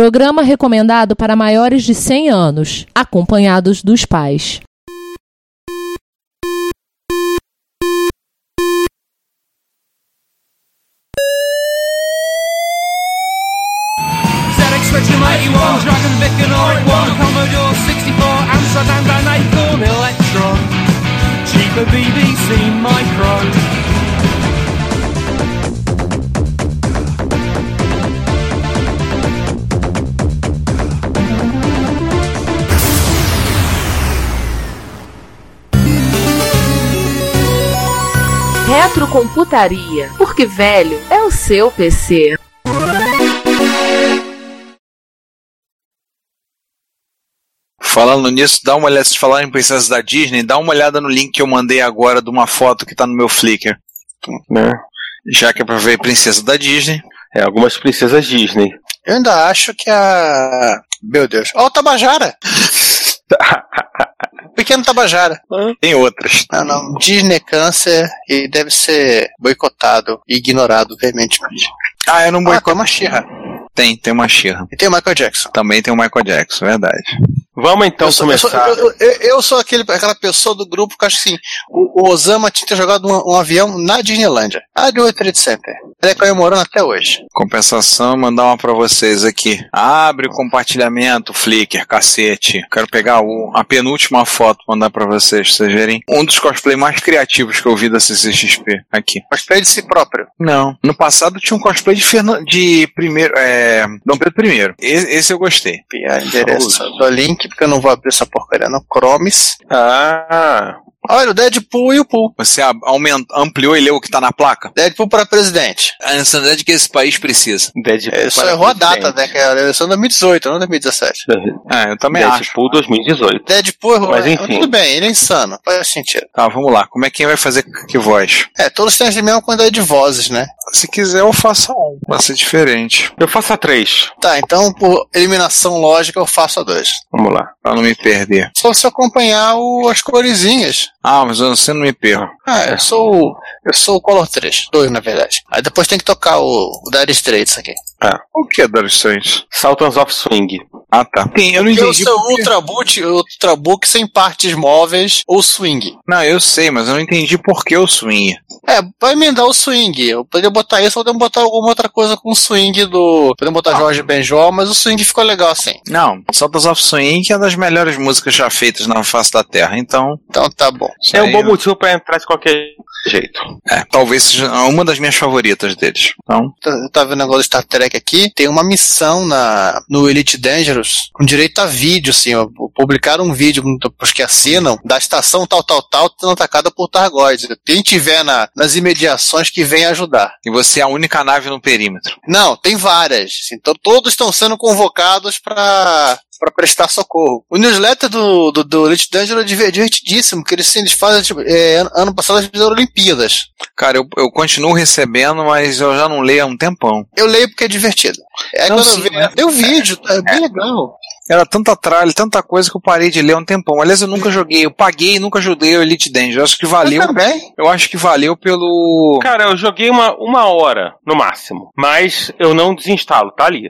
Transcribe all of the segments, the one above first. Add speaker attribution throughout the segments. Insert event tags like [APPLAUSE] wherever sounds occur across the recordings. Speaker 1: Programa recomendado para maiores de 100 anos, acompanhados dos pais.
Speaker 2: ZX Spectrum 81, Dragon Vic and Oric 1, Commodore 64, Amsterdam and Acorn Electron, cheaper BBC Micro.
Speaker 3: Retrocomputaria, porque velho é o seu PC.
Speaker 4: Falando nisso, dá uma olhada, se falarem em princesas da Disney, dá uma olhada no link que eu mandei agora de uma foto que tá no meu Flickr.
Speaker 5: né?
Speaker 4: Já que é pra ver princesa da Disney.
Speaker 5: É, algumas princesas Disney.
Speaker 6: Eu ainda acho que a. Meu Deus. Ó, o Tabajara! Pequeno Tabajara.
Speaker 4: Tem outras.
Speaker 6: Não, não. Disney é câncer e deve ser boicotado e ignorado veementemente.
Speaker 4: Ah, eu não
Speaker 6: Ah,
Speaker 4: boico.
Speaker 6: tem uma Xirra.
Speaker 4: Tem, tem uma Xirra.
Speaker 6: E tem o Michael Jackson.
Speaker 4: Também tem o Michael Jackson, verdade.
Speaker 5: Vamos então
Speaker 6: eu, sou, eu,
Speaker 5: começar.
Speaker 6: sou, eu- eu- eu sou aquele, aquela pessoa do grupo que acho que assim, o, o Osama tinha que ter jogado um, um avião na Disneylândia. Ah, de 8 Trade Center. Ele é comemorando até hoje.
Speaker 4: Compensação, mandar uma pra vocês aqui. Abre o compartilhamento, Flickr, cacete. Quero pegar o- a penúltima foto mandar pra vocês, pra vocês verem. Um dos cosplay mais criativos que eu vi da CCXP aqui.
Speaker 6: Mas pra ele de si próprio.
Speaker 4: Não. No passado tinha um cosplay de Fernan... de primeiro, é... Dom Pedro I. E- Esse eu gostei.
Speaker 6: Pia, endereço do link, porque eu não vou abrir essa porcaria não. Chromes.
Speaker 5: Ah,
Speaker 6: Olha, o Deadpool e o Pool.
Speaker 4: Você a- aument- ampliou e leu o que tá na placa?
Speaker 6: Deadpool pra presidente.
Speaker 4: A insanidade que esse país precisa.
Speaker 5: Deadpool.
Speaker 6: É, só
Speaker 5: para
Speaker 6: errou a data,
Speaker 5: presidente.
Speaker 6: né? Que era a eleição de 2018, não 2017.
Speaker 4: Ah, eu também acho.
Speaker 5: Deadpool 2018.
Speaker 6: Deadpool errou.
Speaker 5: Mas enfim.
Speaker 6: Tudo bem, ele é insano. Faz sentido.
Speaker 4: Tá, vamos lá. Como é que quem vai fazer que voz?
Speaker 6: É, todos têm a mesma quantidade de vozes, né?
Speaker 4: Se quiser, eu faço um. Vai ser diferente.
Speaker 5: Eu faço a 3.
Speaker 6: Tá, então por eliminação lógica eu faço a dois.
Speaker 5: Vamos lá.
Speaker 4: Pra não me perder.
Speaker 6: Só se eu acompanhar o- as coresinhas.
Speaker 4: Ah, mas você não me perro.
Speaker 6: Ah, eu sou o. Eu sou o Color 3, 2 na verdade. Aí depois tem que tocar o, o Dire Straits aqui.
Speaker 4: O que é Dire Straits?
Speaker 5: Sultans of Swing.
Speaker 4: Ah, tá. Sim, eu não
Speaker 6: Eu
Speaker 4: entendi.
Speaker 6: sou
Speaker 4: por quê.
Speaker 6: Ultrabook, Ultrabook sem partes móveis ou swing.
Speaker 4: Não, eu sei, mas eu não entendi por que o swing.
Speaker 6: É, vai emendar o swing. Eu poderia botar isso, ou podemos botar alguma outra coisa com o swing do. Podemos botar Jorge Benjol, mas o swing ficou legal assim.
Speaker 4: Não, Sultans of Swing é uma das melhores músicas já feitas na face da Terra, então.
Speaker 6: Então tá bom.
Speaker 4: isso
Speaker 5: É um
Speaker 4: aí-
Speaker 5: bom motivo pra entrar de qualquer jeito.
Speaker 4: É, talvez seja uma das minhas favoritas deles. Então,
Speaker 6: Tá- Eu tava vendo agora o Star Trek aqui, tem uma missão na, no Elite Dangerous com direito a vídeo, assim, ó, publicaram um vídeo para os que assinam da estação tal, tal, tal, sendo atacada por Targoides. Quem tiver na- nas imediações que vem ajudar.
Speaker 4: e você é a única nave no perímetro.
Speaker 6: Não, tem várias. assim, Então todos estão sendo convocados para para prestar socorho. O newsletter do, do, do Elite Dangerous é diver- divertidíssimo, que eles, assim, eles fazem, tipo, é, ano- ano passado eles fizeram Olimpíadas.
Speaker 4: Cara, eu, eu continuo recebendo, mas eu já não leio há um tempão.
Speaker 6: Eu leio porque é divertido. É
Speaker 4: Não,
Speaker 6: quando
Speaker 4: sim,
Speaker 6: eu vejo.
Speaker 4: né?
Speaker 6: Tem um vídeo, é bem legal.
Speaker 4: Era tanta tralha, tanta coisa que eu parei de ler há um tempão. Aliás, eu nunca joguei, eu paguei e nunca joguei o Elite Danger. Eu acho que valeu.
Speaker 6: Ah, Eu também.
Speaker 4: Eu acho que valeu pelo.
Speaker 5: Cara, eu joguei uma, uma hora no máximo. Mas eu não desinstalo, tá ali.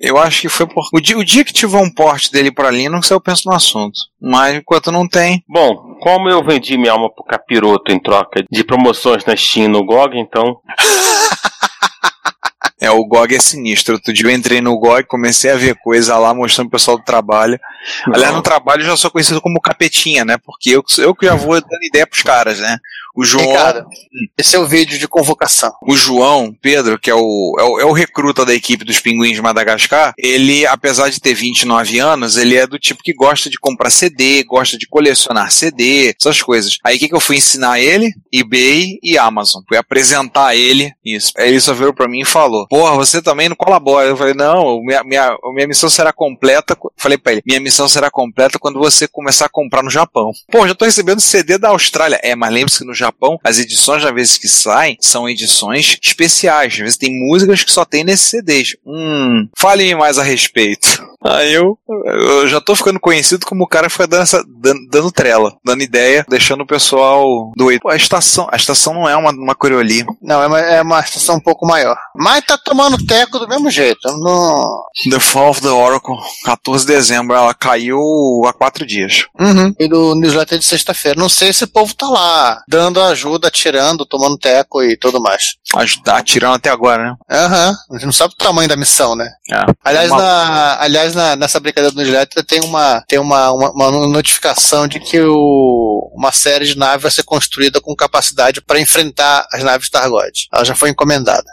Speaker 4: Eu acho que foi por. O dia, o dia que tiver um porte dele pra Linux, eu penso no assunto. Mas enquanto não tem.
Speaker 5: Bom, como eu vendi minha alma pro capiroto em troca de promoções na Steam e no GOG, então.
Speaker 4: É, o GOG é sinistro. Outro dia eu entrei no GOG, comecei a ver coisa lá, mostrando o pessoal do trabalho. Aliás, no trabalho eu já sou conhecido como capetinha, né? Porque eu, eu que já vou dando ideia pros caras, né? O João,
Speaker 6: Ricardo, esse é o vídeo de convocação.
Speaker 4: o João Pedro, que é o, é, o, é o recruta da equipe dos Pinguins de Madagascar, ele, apesar de ter 29 anos, ele é do tipo que gosta de comprar CD, gosta de colecionar CD, essas coisas. Aí o que, que eu fui ensinar ele? eBay e Amazon. Fui apresentar ele isso. Aí ele só virou pra mim e falou: Porra, você também não colabora. Eu falei: Não, minha, minha, minha missão será completa. qu-" Falei pra ele: Minha missão será completa quando você começar a comprar no Japão. Pô, já tô recebendo CD da Austrália. É, mas lembre-se que no Japão, as edições, às vezes que saem, são edições especiais. Às vezes tem músicas que só tem nesses CDs. Hum, fale-me mais a respeito. Aí eu, eu já tô ficando conhecido como o cara que fica dando, essa- dan- dando trela, dando ideia, deixando o pessoal doido. Pô, a estação, a estação não é uma, uma Coriolis.
Speaker 6: Não, é uma, é uma estação um pouco maior. Mas tá tomando teco do mesmo jeito. Não...
Speaker 4: The Fall of the Oracle, 14 de dezembro, ela caiu há quatro dias.
Speaker 6: Uhum. E do newsletter de sexta-feira. Não sei se o povo tá lá, dando ajuda, atirando, tomando teco e tudo mais.
Speaker 4: Ajudar, tá atirando até agora, né?
Speaker 6: Aham. A gente não sabe o tamanho da missão, né?
Speaker 4: É.
Speaker 6: Aliás,
Speaker 4: Uma-
Speaker 6: na, aliás na, nessa brincadeira do newsletter tem, uma, tem uma, uma, uma notificação de que o, uma série de naves vai ser construída com capacidade para enfrentar as naves Targoid. Ela já foi encomendada.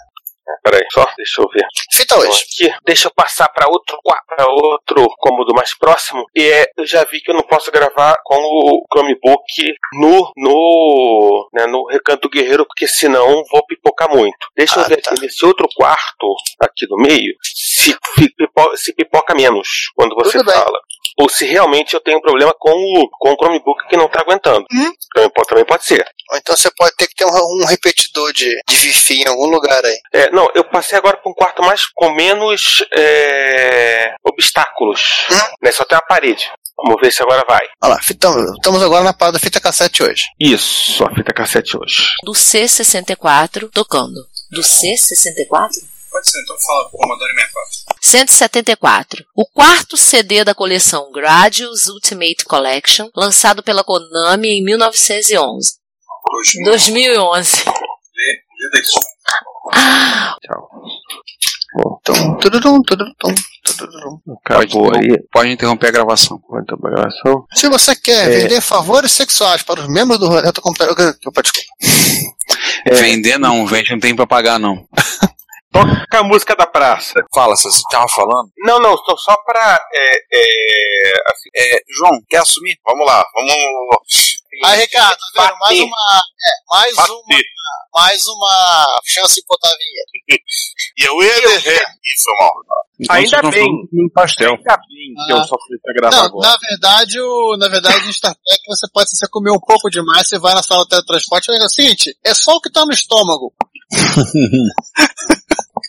Speaker 5: Peraí, só deixa eu ver.
Speaker 6: Fita hoje.
Speaker 5: Aqui, deixa eu passar para outro qua- pra outro cômodo mais próximo. E é, eu já vi que eu não posso gravar com o Chromebook no no, né, no recanto guerreiro, porque senão vou pipocar muito. Deixa eu
Speaker 6: Ah,
Speaker 5: ver
Speaker 6: tá.
Speaker 5: aqui nesse outro quarto aqui do meio se, fi- pipo- se pipoca menos quando você
Speaker 6: Tudo bem.
Speaker 5: fala. Ou se realmente eu tenho problema com o, com o Chromebook que não tá aguentando.
Speaker 6: Hum.
Speaker 5: Também, pode, também pode ser.
Speaker 6: Ou então você pode ter que ter um, um repetidor de, de Wi-Fi em algum lugar aí.
Speaker 5: É, não, eu passei agora para um quarto mais com menos é, obstáculos. Né? Só tem a parede. Vamos ver se agora vai.
Speaker 6: Olha lá, fita- estamos agora na parada da fita cassete hoje.
Speaker 5: Isso, a fita cassete hoje.
Speaker 1: Do C64 tocando. Do C64?
Speaker 7: Pode ser, então fala Commodore 64.
Speaker 1: 174. O quarto CD da coleção Gradius Ultimate Collection, lançado pela Konami em 1911.
Speaker 7: Hoje,
Speaker 1: 2011.
Speaker 7: lê, lê daqui.
Speaker 6: Tum, tururum, tururum, tururum.
Speaker 5: Acabou
Speaker 4: Pode,
Speaker 5: aí.
Speaker 4: pode interromper a gravação.
Speaker 5: Muito boa gravação.
Speaker 6: Se você quer
Speaker 5: É.
Speaker 6: vender favores sexuais para os membros do Roleto Computador. Opa, desculpa.
Speaker 5: É.
Speaker 4: Vender não, vende não tem pra pagar não.
Speaker 5: Toca a música da praça.
Speaker 4: Fala, você tava falando?
Speaker 5: Não, não, estou só para.
Speaker 4: É, João, quer assumir?
Speaker 7: Vamos lá, vamos.
Speaker 5: Ah,
Speaker 6: Aí, Ricardo, tá vendo? mais
Speaker 5: Bater.
Speaker 6: uma. é, mais uma.
Speaker 7: Bater.
Speaker 6: Mais uma chance de botar a vinheta.
Speaker 7: E eu ia derrer isso, mal.
Speaker 4: Então,
Speaker 5: Ainda bem.
Speaker 4: Um pastel.
Speaker 5: Ainda bem que eu só fui
Speaker 4: Tá
Speaker 5: pra gravar
Speaker 6: Não,
Speaker 5: agora.
Speaker 6: na verdade, o, na verdade, em Star Trek você pode se você comer um pouco demais, você vai na sala de teletransporte e é o seguinte, é só o que tá no estômago.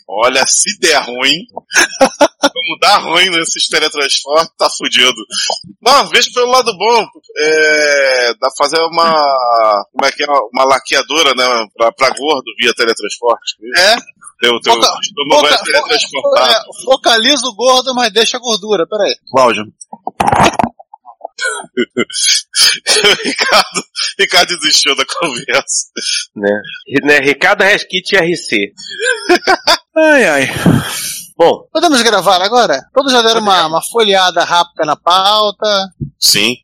Speaker 7: Olha, se der ruim, como dá ruim nesses teletransportes, tá fudido. Não, veja pelo lado bom. É, dá pra fazer uma. Como é que é? Uma laqueadora, né? Pra, pra gordo via teletransporte.
Speaker 6: É.
Speaker 7: Teu, teu
Speaker 6: Foca-
Speaker 7: estômago é
Speaker 6: foca-
Speaker 7: teletransportado.
Speaker 6: É, focaliza o gordo, mas deixa a gordura, peraí.
Speaker 4: Cláudio.
Speaker 7: [LAUGHS] Ricardo, Ricardo desistiu da conversa.
Speaker 5: Né, Ricardo Resquite RC.
Speaker 4: Ai, ai.
Speaker 5: Bom,
Speaker 6: Podemos gravar agora? Todos já deram uma, uma folheada rápida na pauta.
Speaker 7: Sim.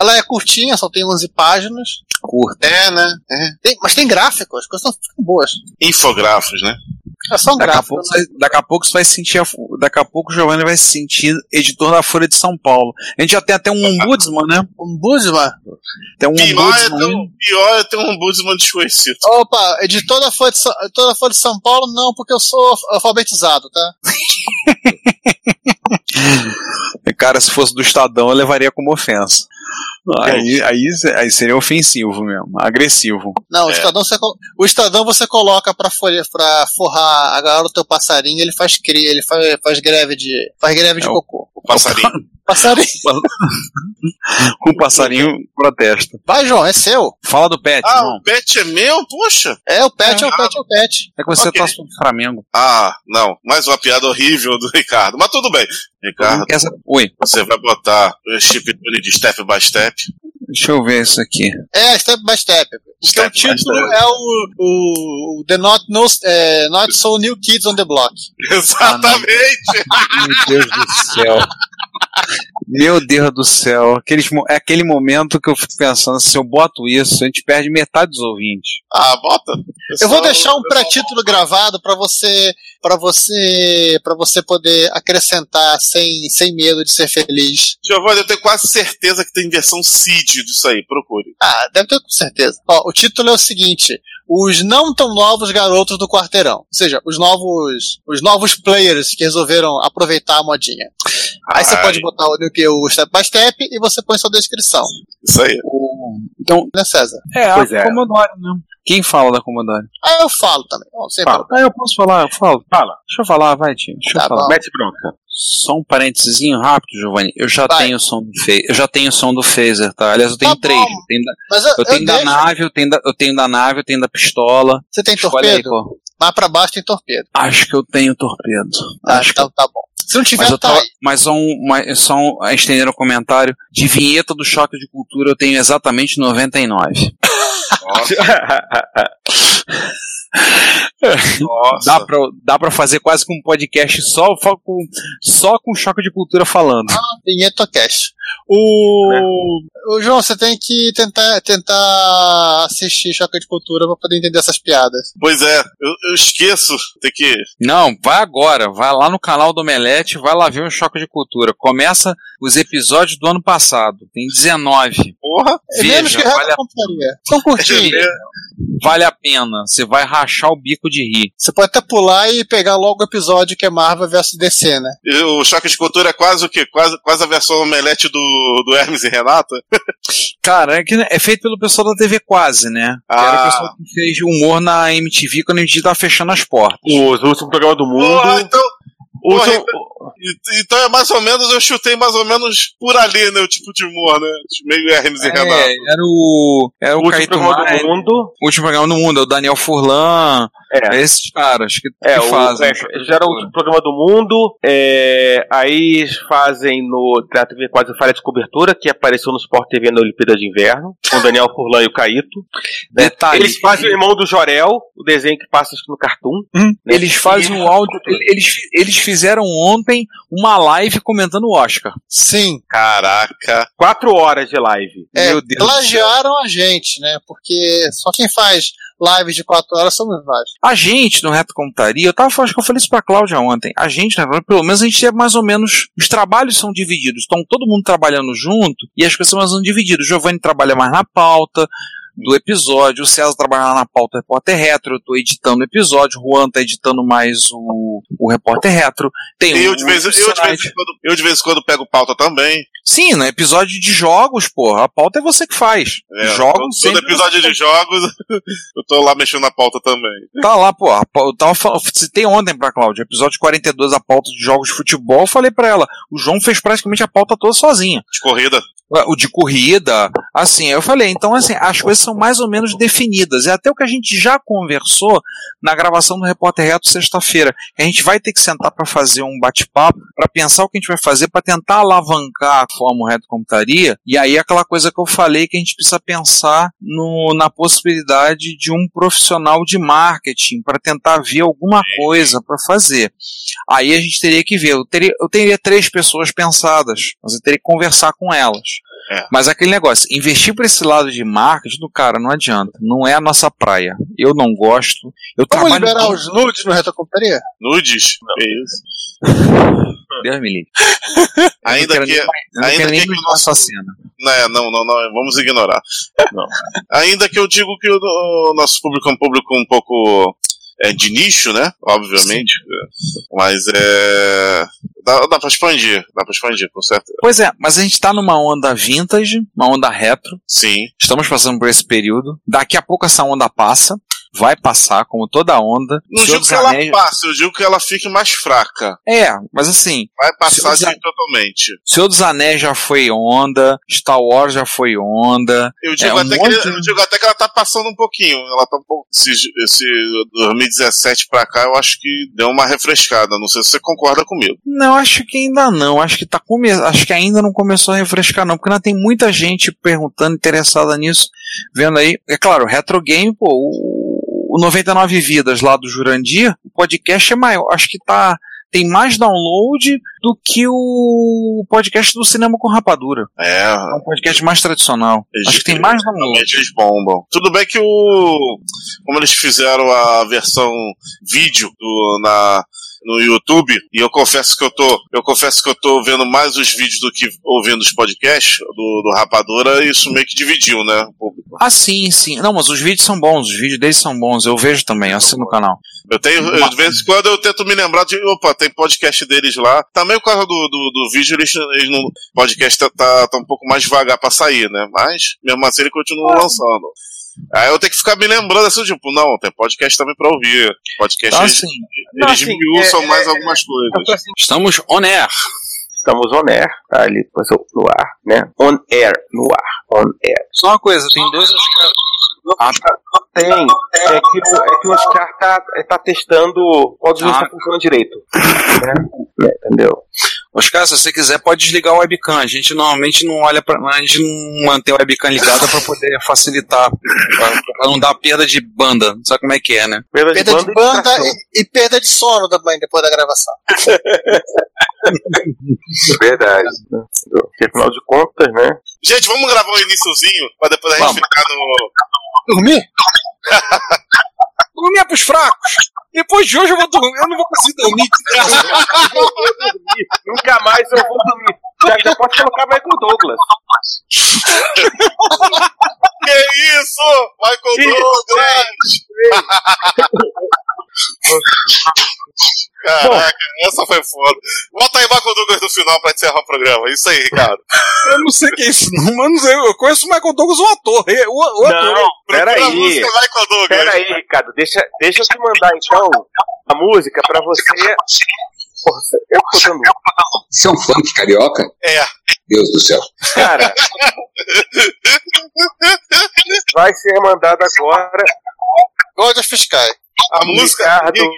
Speaker 6: Ela é curtinha, só tem 11 páginas.
Speaker 4: Curta.
Speaker 6: É, né? É. Tem- mas tem gráfico, as coisas são ficam boas.
Speaker 7: Infográficos, né?
Speaker 6: É só um
Speaker 4: Daqui a,
Speaker 6: gráfico.
Speaker 4: pouco, você- daqui a pouco você vai sentir. a fu- daqui a pouco o Giovanni vai se sentir editor da Folha de São Paulo. A gente já tem até um ombudsman, né?
Speaker 6: Um Busman.
Speaker 4: Tem um
Speaker 7: Pior é,
Speaker 6: né?
Speaker 7: ter
Speaker 4: ombudsman.
Speaker 7: um, pior é ter um ombudsman desconhecido.
Speaker 6: Opa, editor da Folha de São, editor da Folha de São Paulo, não, porque eu sou alfabetizado, tá?
Speaker 4: Cara, se fosse do Estadão, eu levaria como ofensa.
Speaker 7: É,
Speaker 4: Aí, aí, aí seria ofensivo mesmo, agressivo.
Speaker 6: Não, o,
Speaker 7: É.
Speaker 6: Estadão você, col- o Estadão você coloca pra, folha, pra forrar a galera do teu passarinho, ele faz cria, ele faz, faz greve de. faz greve de
Speaker 4: É, o-
Speaker 6: cocô.
Speaker 7: O passarinho.
Speaker 6: Passarinho.
Speaker 4: [LAUGHS] O passarinho protesta.
Speaker 6: Vai, João, é seu.
Speaker 4: Fala do Pet,
Speaker 7: Ah,
Speaker 4: não.
Speaker 7: o pet é meu? Poxa!
Speaker 6: É o pet, é, o pet, é o pet.
Speaker 4: É que você
Speaker 7: ok.
Speaker 4: torce pro Flamengo.
Speaker 7: Ah, não. Mais uma piada horrível do Ricardo. Mas tudo bem. Ricardo,
Speaker 4: Essa- Oi,
Speaker 7: você vai botar o chip Tune de step by step.
Speaker 4: deixa eu ver isso aqui.
Speaker 6: É, step by step. Então, o
Speaker 7: Step [LAUGHS] by
Speaker 6: título é o, o, o The Not, no, é, Not So New Kids on the Block.
Speaker 7: Exatamente!
Speaker 4: Meu Deus do céu. Meu Deus do céu. Aqueles mo- é aquele momento que eu fico pensando, se eu boto isso, a gente perde metade dos ouvintes.
Speaker 7: Ah, bota.
Speaker 6: Eu vou
Speaker 7: Pessoal,
Speaker 6: deixar um
Speaker 7: pessoal,
Speaker 6: pré-título gravado pra você, para você, para você poder acrescentar sem, sem medo de ser feliz.
Speaker 7: Giovanni, eu tenho quase certeza que tem versão CID disso aí. Procure.
Speaker 6: Ah, deve ter com certeza. Ó, o título é o seguinte: Os não tão novos garotos do quarteirão, ou seja, os novos, os novos players que resolveram aproveitar a modinha. Aí você
Speaker 7: Ai.
Speaker 6: pode botar o, que, o step by step e você põe sua descrição,
Speaker 7: Isso aí.
Speaker 4: Então,
Speaker 6: né, César?
Speaker 4: é a
Speaker 5: Pois é.
Speaker 4: Commodore, né? Quem fala da Commodore?
Speaker 6: Aí eu falo também. Bom, sem
Speaker 5: Fala.
Speaker 4: Ah, eu posso falar, eu falo.
Speaker 5: Fala.
Speaker 4: Deixa eu falar, vai, tio. Deixa
Speaker 6: Tá
Speaker 4: eu falar.
Speaker 6: bom.
Speaker 5: Mete bronca.
Speaker 4: Só um parênteses rápido, Giovanni. Eu já
Speaker 6: Vai.
Speaker 4: tenho o som do Phaser. Eu já tenho o som do Phaser, tá? Aliás, eu tenho
Speaker 6: Tá
Speaker 4: três.
Speaker 6: bom.
Speaker 4: Eu tenho, da,
Speaker 6: Mas eu,
Speaker 4: eu tenho
Speaker 6: eu
Speaker 4: da
Speaker 6: deixo-
Speaker 4: nave, eu tenho da, eu tenho da nave, eu tenho da pistola.
Speaker 6: Você tem
Speaker 4: Escolhe aí,
Speaker 6: torpedo?
Speaker 4: pô.
Speaker 6: Lá pra baixo tem torpedo.
Speaker 4: Acho que eu tenho torpedo.
Speaker 6: Ah,
Speaker 4: Acho que
Speaker 6: tá, tá bom. Se não tiver,
Speaker 4: Mas, eu
Speaker 6: tá
Speaker 4: tava,
Speaker 6: aí.
Speaker 4: mas só, um, mas só um, a estender o comentário. De vinheta do Choque de Cultura eu tenho exatamente 99. Dá
Speaker 7: Nossa.
Speaker 4: pra, dá pra fazer quase que um podcast só, só com, só com Choque de Cultura falando.
Speaker 6: Vinheta cash. O... o João, você tem que tentar, tentar assistir Choque de Cultura pra poder entender essas piadas.
Speaker 7: Pois é, eu, eu esqueço. Tem que.
Speaker 4: Não, vai agora. Vai lá no canal do Omelete, vai lá ver um Choque de Cultura. Começa os episódios do ano passado. Tem 19.
Speaker 7: Porra!
Speaker 6: É menos
Speaker 4: Veja,
Speaker 6: que o resto
Speaker 4: vale,
Speaker 6: da
Speaker 4: a,
Speaker 6: computaria. Então curtir.
Speaker 4: vale a pena. Você vai rachar o bico de rir.
Speaker 6: Você pode até pular e pegar logo o episódio que é Marvel vs DC, né?
Speaker 7: E O choque de cultura é quase o quê? Quase, quase a versão omelete do, do Hermes e Renata?
Speaker 4: Cara, é, que é feito pelo pessoal da TV Quase, né? Que era
Speaker 7: Ah.
Speaker 4: o pessoal que fez humor na MTV quando a gente tava fechando as portas.
Speaker 5: Os últimos programas do
Speaker 6: Uhum.
Speaker 5: mundo.
Speaker 7: Porra, então,
Speaker 5: O
Speaker 7: porra,
Speaker 5: último-
Speaker 7: e- então é mais ou menos, eu chutei mais ou menos por ali, né? O tipo de humor, né? Meio Hermes e Renata.
Speaker 4: É, era o. Era
Speaker 5: o
Speaker 4: o,
Speaker 5: último
Speaker 4: Caetano
Speaker 5: programa
Speaker 4: Maia,
Speaker 5: do mundo.
Speaker 4: o último programa do mundo, é o Daniel Furlan,
Speaker 5: É.
Speaker 4: é esses caras que,
Speaker 5: É,
Speaker 4: que
Speaker 5: o,
Speaker 4: fazem.
Speaker 5: é, eles já era o último programa do mundo. é, aí eles fazem no Teatro TV Quase Falha de Cobertura, que apareceu no Sport TV na Olimpíada de Inverno, com o Daniel Furlan e o Caíto. né?
Speaker 4: Detalhe.
Speaker 5: Eles fazem o irmão do Jorel, o desenho que passa acho que no Cartoon.
Speaker 4: Hum,
Speaker 5: né?
Speaker 4: eles fazem o áudio. ele- Eles, fi- eles fizeram ontem uma live comentando o Oscar.
Speaker 6: Sim.
Speaker 7: Caraca.
Speaker 5: Quatro horas de live.
Speaker 6: É,
Speaker 4: Meu Deus.
Speaker 6: plagiaram a gente, né? Porque só quem faz live de 4 horas somos nós.
Speaker 4: A gente, no Reto Computaria, eu tava falando, acho que eu falei isso pra Cláudia ontem. A gente, na verdade, pelo menos a gente é mais ou menos. Os trabalhos são divididos. Estão todo mundo trabalhando junto e as coisas são mais ou menos divididas. O Giovanni trabalha mais na pauta do episódio, o César trabalha lá na pauta do Repórter Retro, eu tô editando o episódio, o Juan tá editando mais o, o Repórter Retro. Tem um
Speaker 7: E
Speaker 4: o,
Speaker 7: eu de, vez, eu, de vez em quando, eu de vez em quando pego pauta também.
Speaker 4: Sim, no episódio de jogos, porra. A pauta é você que faz.
Speaker 7: É,
Speaker 4: jogos
Speaker 7: todo, todo
Speaker 4: sempre
Speaker 7: episódio de jogos, [LAUGHS] eu tô lá mexendo na pauta também.
Speaker 4: Tá lá, pô. a pau- Eu tava falando, citei ontem pra Cláudia, episódio 42, a pauta de jogos de futebol. Eu falei pra ela, o João fez praticamente a pauta toda sozinha.
Speaker 7: De corrida.
Speaker 4: Ué, O de corrida, assim. Eu falei, então, assim, as coisas são mais ou menos definidas. É até o que a gente já conversou na gravação do Repórter Reto sexta-feira. que A gente vai ter que sentar pra fazer um bate-papo, pra pensar o que a gente vai fazer, pra tentar alavancar a forma Reto Computaria. E aí, aquela coisa que eu falei, que a gente precisa pensar no- na possibilidade de um profissional de marketing para tentar ver alguma coisa para fazer. Aí a gente teria que ver. Eu teria, eu teria três pessoas pensadas, mas eu teria que conversar com elas.
Speaker 7: É.
Speaker 4: Mas aquele negócio, investir para esse lado de marketing, do cara, não adianta. Não é a nossa praia. Eu não gosto. Eu
Speaker 6: Vamos
Speaker 4: trabalho
Speaker 6: liberar
Speaker 4: muito-
Speaker 6: os nudes no Retrocomputaria?
Speaker 7: Nudes. É isso.
Speaker 4: Deus me livre. [LAUGHS] Eu
Speaker 7: Ainda
Speaker 4: não quero
Speaker 7: que.
Speaker 4: nem- eu não
Speaker 7: ainda
Speaker 4: quero nem
Speaker 7: que-
Speaker 4: imaginar essa cena.
Speaker 7: Né, não, não, não, vamos ignorar. Não. Ainda que eu digo que o, o nosso público é um público um pouco é, de nicho, né? Obviamente. Mas é. Dá, dá pra expandir, dá pra expandir, com certeza.
Speaker 4: Pois é, mas a gente tá numa onda vintage, uma onda retro.
Speaker 7: Sim.
Speaker 4: Estamos passando por esse período. Daqui a pouco essa onda passa. Vai passar, como toda onda.
Speaker 7: Não
Speaker 4: Senhor
Speaker 7: digo
Speaker 4: dos
Speaker 7: que ela
Speaker 4: Anéis-
Speaker 7: passe, eu digo que ela fique mais fraca.
Speaker 4: É, mas assim,
Speaker 7: Vai passar
Speaker 4: Senhor dos
Speaker 7: de- totalmente.
Speaker 4: Senhor dos Anéis já foi onda, Star Wars já foi onda.
Speaker 7: Eu digo,
Speaker 4: um
Speaker 7: até que,
Speaker 4: monte,
Speaker 7: eu digo até que ela tá passando um pouquinho. Ela tá um pouco. Esse, esse 2017 pra cá, eu acho que deu uma refrescada. Não sei se você concorda comigo.
Speaker 4: Não, acho que ainda não. Acho que tá come... acho que ainda não começou a refrescar não, porque ainda tem muita gente perguntando, interessada nisso, vendo aí. É claro, retro game, pô, o o 99 vidas lá do Jurandir, o podcast é maior. Acho que tá tem mais download do que o podcast do Cinema com Rapadura.
Speaker 7: É,
Speaker 4: É um podcast mais tradicional. Acho que tem
Speaker 2: um
Speaker 4: mais download.
Speaker 7: Realmente eles bombam. Tudo bem que o. Como eles fizeram a versão vídeo do, na no YouTube, e eu confesso que eu tô, eu confesso que eu tô vendo mais os vídeos do que ouvindo os podcasts do, do Rapadura, e isso meio que dividiu, né? O público.
Speaker 4: Ah, sim, sim. Não, mas os vídeos são bons, os vídeos deles são bons. Eu vejo também, eu assino o canal.
Speaker 7: Eu tenho, eu, de vez em quando eu tento me lembrar de, opa, tem podcast deles lá. Também por causa do, do, do vídeo, eles, eles não, o podcast tá, tá, tá um pouco mais devagar pra sair, né? Mas, mesmo assim, ele continua lançando. Aí eu tenho que ficar me lembrando assim, tipo, não, tem podcast também pra ouvir. Podcast
Speaker 4: Então,
Speaker 7: eles,
Speaker 4: assim,
Speaker 7: eles
Speaker 5: Não, assim,
Speaker 7: miuçam
Speaker 5: é-
Speaker 7: mais
Speaker 5: é-
Speaker 7: algumas coisas.
Speaker 5: Então, assim,
Speaker 2: Estamos on air.
Speaker 5: Estamos on air, tá ali, passou no ar, né? On air, no ar, on air.
Speaker 4: Só uma coisa, tem dois. Ah,
Speaker 5: Tem, é que o, é que o Oscar tá, tá testando qual dos
Speaker 4: Ah.
Speaker 5: vídeos tá funcionando direito. Né? É, entendeu?
Speaker 2: Oscar, se você quiser, pode desligar o webcam. A gente normalmente não olha pra. A gente não mantém o webcam ligada pra poder facilitar. Pra, pra não dar perda de banda. Sabe como é que é, né?
Speaker 5: Perda,
Speaker 6: Perda de banda e, e perda de sono também depois da gravação.
Speaker 5: e... Verdade. né? Entendeu? Porque afinal de contas, né?
Speaker 7: Gente, vamos gravar o iniciozinho pra depois a gente
Speaker 2: Vamos.
Speaker 7: ficar no.
Speaker 6: Dormir?
Speaker 4: Dormir é pros fracos. Depois de hoje eu vou dormir. Eu não vou conseguir dormir.
Speaker 5: Nunca mais eu vou dormir. Já, já pode colocar Michael Douglas.
Speaker 7: Que isso? Michael Douglas! Caraca, essa foi foda. Bota aí Michael Douglas no final pra encerrar o programa. Isso aí, Ricardo.
Speaker 4: Eu não sei o que é isso, não. Mano, eu eu conheço o Michael Douglas, o ator. e- O, o ator.
Speaker 5: Não,
Speaker 7: Procura a música Michael Douglas.
Speaker 5: Pera aí, Ricardo, deixa, deixa eu te mandar então a música pra você. Porra, um eu tô dando.
Speaker 8: Isso é um funk carioca?
Speaker 7: É.
Speaker 8: Deus do céu.
Speaker 5: Cara, vai ser mandada agora
Speaker 6: Gold of Tá Fiscal.
Speaker 7: A música, a
Speaker 5: Ricardo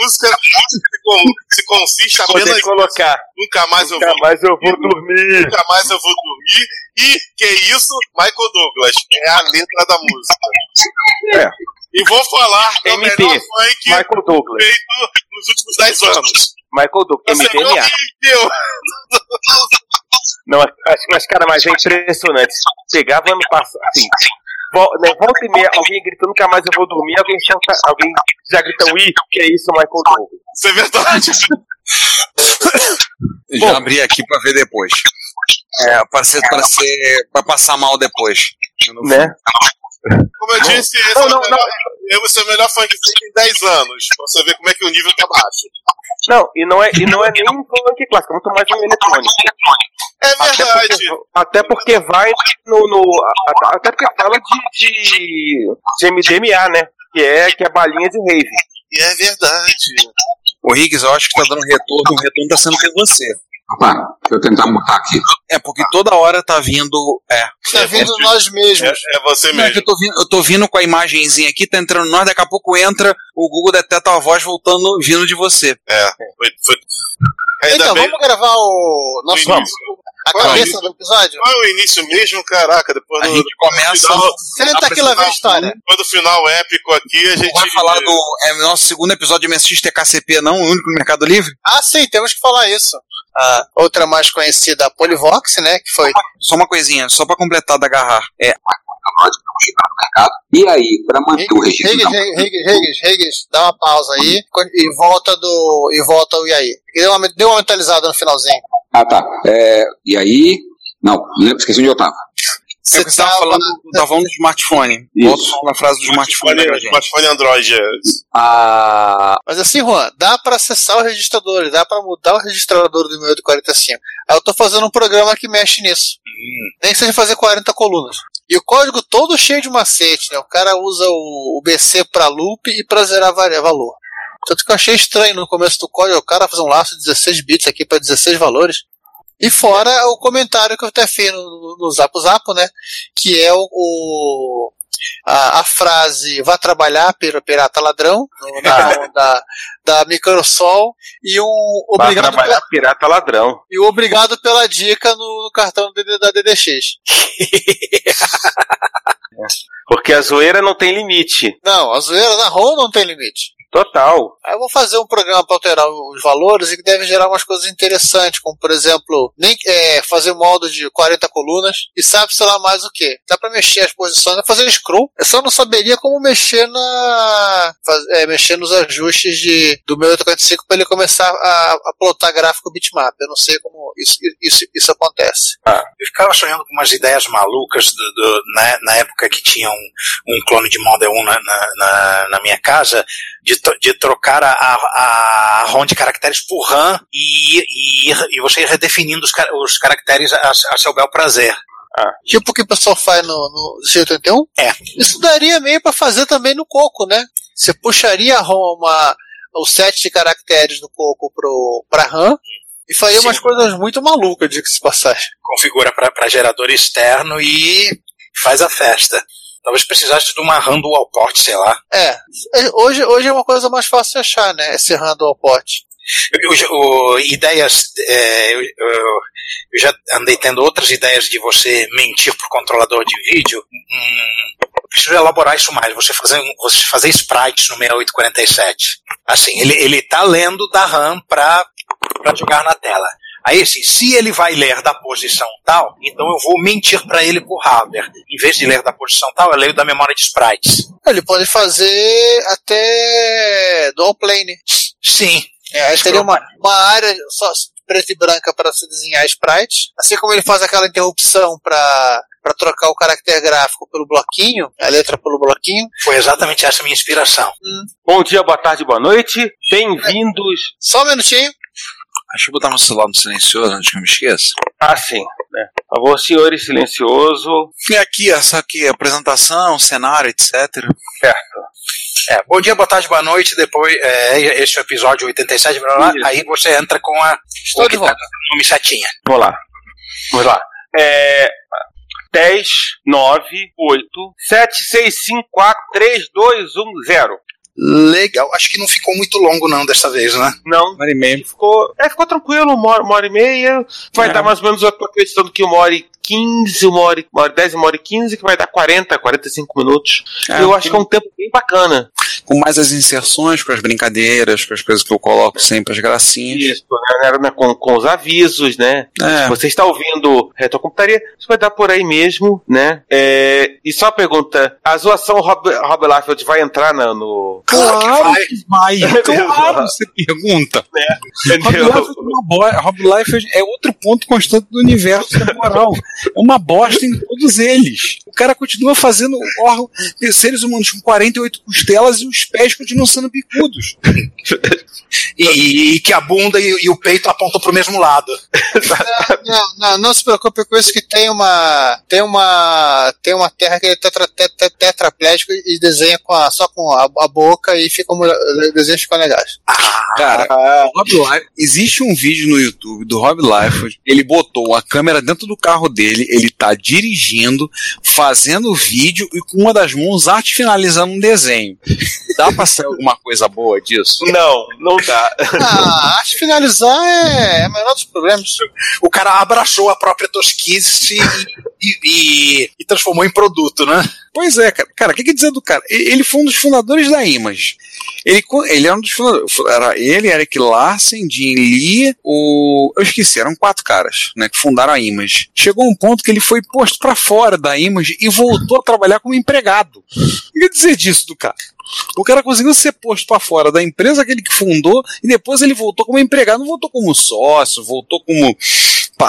Speaker 7: música se, con- se consiste apenas
Speaker 5: poder colocar.
Speaker 7: nunca mais eu
Speaker 5: Nunca
Speaker 7: vou
Speaker 5: mais eu vou dormir.
Speaker 7: nunca mais eu vou dormir e que isso, Michael Douglas é a letra da música.
Speaker 5: É.
Speaker 7: E vou falar do
Speaker 5: MD,
Speaker 7: melhor funk
Speaker 5: Michael Douglas.
Speaker 7: feito nos últimos 10 anos.
Speaker 5: Michael Douglas,
Speaker 7: Você não
Speaker 5: MDMA.
Speaker 7: entendeu?
Speaker 5: Não, mas, mas, cara, mas é impressionante. Pegava ano passado, assim. vol- né, volta e meia, alguém grita, nunca mais eu vou dormir, alguém solta, alguém já grita, ui, que é isso, Michael Douglas.
Speaker 7: Isso é verdade.
Speaker 9: Já abri aqui pra ver depois.
Speaker 4: É, pra, ser, pra, ser, pra passar mal depois.
Speaker 5: Né?
Speaker 7: Como eu disse, esse,
Speaker 5: Não,
Speaker 7: é o
Speaker 5: não,
Speaker 7: melhor, esse é o melhor funk feito em 10 anos. Pra você ver como é que o nível tá baixo.
Speaker 5: Não, e não é, e não é nem um funk clássico, é muito mais um eletrônico.
Speaker 7: É
Speaker 5: Até
Speaker 7: verdade.
Speaker 5: porque, até porque vai no. no- a- a- até porque fala de, de, de MDMA, né? Que é, que é balinha de rave.
Speaker 7: E é verdade.
Speaker 4: O Riggs, eu acho que tá dando retorno. O retorno tá sendo com você.
Speaker 8: Opa, deixa eu tentar mutar aqui.
Speaker 4: É, porque toda hora tá vindo. É.
Speaker 6: Tá vindo nós mesmos.
Speaker 7: É, é você
Speaker 4: Não, é que
Speaker 7: mesmo.
Speaker 4: eu, tô vindo, eu tô vindo com a imagenzinha aqui, tá entrando nós, daqui a pouco entra, o Google deteta a voz voltando, vindo de você.
Speaker 7: É, Foi, foi. Ainda
Speaker 6: então,
Speaker 7: bem.
Speaker 6: vamos gravar o nosso
Speaker 7: Vamos.
Speaker 6: a
Speaker 7: Vamos.
Speaker 6: cabeça do episódio?
Speaker 7: Qual é o início mesmo? Caraca, depois
Speaker 4: A
Speaker 7: do,
Speaker 4: gente começa.
Speaker 7: final,
Speaker 6: Senta aqui lá ver a
Speaker 4: né?
Speaker 6: história.
Speaker 7: depois do final é épico aqui, a gente.
Speaker 4: Não vai falar do é, nosso segundo episódio de MSX TKCP, é não, o único no Mercado Livre?
Speaker 6: Ah, sim, temos que falar isso.
Speaker 4: Ah.
Speaker 6: A outra mais conhecida, a Polivox, né? Que foi
Speaker 4: Só uma coisinha, só pra completar da agarrar. É,
Speaker 8: E aí, pra manter o
Speaker 6: Regis,
Speaker 8: regime da
Speaker 6: Regis, Regis, Regis, Regis, dá uma pausa aí co- e volta do. e volta o Iaí. E Deu uma, deu uma mentalizada no finalzinho.
Speaker 8: Ah, tá. É, e aí. Não, não lembro, esqueci onde eu tava.
Speaker 4: é o que você tava falando, tava tá falando do smartphone.
Speaker 8: Isso.
Speaker 4: Volta na frase do smartphone pra
Speaker 7: smartphone,
Speaker 4: gente.
Speaker 7: smartphone Android. é.
Speaker 8: Ah,
Speaker 6: Mas assim, Juan, dá pra acessar o registrador, dá pra mudar o registrador do meu do 45. Aí eu tô fazendo um programa que mexe nisso. Nem que seja fazer 40 colunas. E o código todo cheio de macete, né? O cara usa o, o BC pra loop e pra zerar vari- valor. Tanto que eu achei estranho no começo do código, o cara fazer um laço de 16 bits aqui pra 16 valores. E fora o comentário que eu até fiz no, no Zapo Zapo, né? Que é o, o- a, a frase vá trabalhar, pira- pirata ladrão, no- na, da, da Microsol, e um
Speaker 5: Vai
Speaker 6: obrigado,
Speaker 5: trabalhar pirata ladrão.
Speaker 6: e o obrigado pela dica no, no cartão DD da DDX.
Speaker 5: Porque a zoeira não tem limite.
Speaker 6: Não, a zoeira na ROM não tem limite.
Speaker 10: Total.
Speaker 6: Aí eu vou fazer um programa para alterar os valores e que deve gerar umas coisas interessantes, como por exemplo, nem é, fazer molde de 40 colunas e sabe sei lá mais o que. Dá para mexer as posições, dá pra fazer um scroll. Eu só não saberia como mexer na faz- é, mexer nos ajustes de do meu 845 para ele começar a, a plotar gráfico bitmap. Eu não sei como isso isso, isso acontece.
Speaker 11: Eu ficava sonhando com umas ideias malucas do- do- na, na época que tinha um, um clone de Model 1 na, na- na- na minha casa, de, tro- de trocar a, a, a ROM de caracteres por RAM e, e, ir- e você ir redefinindo os, ca- os caracteres a, a seu bel prazer.
Speaker 6: Tipo o que o pessoal faz no, no C81? É. Isso daria meio pra fazer também no coco, né? Você puxaria a ROM, uma, o set de caracteres do coco pro, pra RAM e faria umas coisas muito malucas, de que se passagem.
Speaker 11: Configura para gerador externo e faz a festa. Talvez precisasse de uma RAM dual port, sei lá.
Speaker 6: É. Hoje, hoje é uma coisa mais fácil de achar, né? Esse RAM dual pot.
Speaker 11: Eu- eu já- o- ideias. é, eu, eu- eu já andei tendo outras ideias de você mentir pro controlador de vídeo. Hum, preciso elaborar isso mais. Você fazer, um- você fazer sprites no 6847. Assim, ele, ele tá lendo da RAM pra, pra jogar na tela. Aí, assim, se ele vai ler da posição tal, então eu vou mentir pra ele por hardware. Em vez de ler da posição tal, eu leio da memória de sprites.
Speaker 6: Ele pode fazer até dual plane.
Speaker 11: Sim.
Speaker 6: É, aí teria uma, uma área só preta e branca para se desenhar sprites. Assim como ele faz aquela interrupção para para trocar o caractere gráfico pelo bloquinho, a letra pelo bloquinho.
Speaker 11: Foi exatamente essa a minha inspiração.
Speaker 5: Bom dia, boa tarde, boa noite. Bem-vindos.
Speaker 6: Só um minutinho.
Speaker 2: Deixa eu botar meu celular no silencioso antes que eu me esqueça.
Speaker 5: Ah, sim. né? Por favor, senhores, silencioso.
Speaker 2: E aqui, essa aqui, apresentação, cenário, etc.
Speaker 5: Certo.
Speaker 11: É, bom dia, boa tarde, boa noite. Depois, é, esse é o episódio 87, blá, blá, blá, aí você entra com a. Estou de volta. nome chatinha.
Speaker 5: Vamos lá. Vamos lá. É. 10, 9, 8, 7, 6, 5, 4, 3, 2, 1, 0.
Speaker 11: Legal. Acho que não ficou muito longo, não, dessa vez, né?
Speaker 5: Não.
Speaker 2: Uma hora e meia. É.
Speaker 5: Ficou, é, ficou tranquilo, uma hora, uma hora e meia. Vai dar mais ou menos, eu tô acreditando que uma hora e 15, uma hora, e- uma hora e 10, uma hora e 15, que vai dar 40, 45 minutos.
Speaker 2: É,
Speaker 5: eu acho
Speaker 2: tem-
Speaker 5: que é um tempo bem bacana.
Speaker 2: Com mais as inserções, com as brincadeiras, com as coisas que eu coloco sempre, as gracinhas.
Speaker 5: Isso, né? Era na- com, com os avisos, né?
Speaker 2: É.
Speaker 5: Se você está ouvindo Retrocomputaria, isso vai dar por aí mesmo, né? É, e só uma pergunta: a zoação Rob, Rob Liefeld vai entrar na- no.
Speaker 2: Claro que vai.
Speaker 5: Entendeu?
Speaker 2: Claro, você pergunta. [LAUGHS] Rob
Speaker 5: entendeu?
Speaker 2: Liefeld, é uma bo- Rob Liefeld é outro ponto constante do universo temporal. É uma bosta em todos eles. O cara continua fazendo órgão de seres humanos com 48 costelas e os pés continuam sendo bicudos.
Speaker 11: E, e- e que a bunda e, e o peito apontam pro mesmo lado.
Speaker 6: [LAUGHS] Não, não, não se preocupe com isso que tem uma tem uma tem uma terra que ele é tetra, tetra- tetraplégico e desenha com a- só com a, a boca e fica o desenho fica [LAUGHS] legal.
Speaker 2: Cara, o Rob Liefeld, existe um vídeo no YouTube do Rob Liefeld, ele botou a câmera dentro do carro dele, ele tá dirigindo, fazendo o vídeo e com uma das mãos arte finalizando um desenho. Dá pra ser alguma coisa boa disso?
Speaker 5: Não, não dá.
Speaker 6: Ah, acho que finalizar é, é o menor dos problemas.
Speaker 11: O cara abraçou a própria tosquice e, e- e- e transformou em produto, né?
Speaker 2: Pois é, cara. Cara, o que, que dizer do cara? E- Ele foi um dos fundadores da Image. Ele, co- ele era um dos fundadores. Era ele, Eric Larsen, Jim Lee, o. Eu esqueci, eram quatro caras, né? Que fundaram a Image. Chegou um ponto que ele foi posto pra fora da Image e voltou a trabalhar como empregado. O que quer dizer disso do cara? O cara conseguiu ser posto pra fora da empresa que ele que fundou e depois ele voltou como empregado, não voltou como sócio, voltou como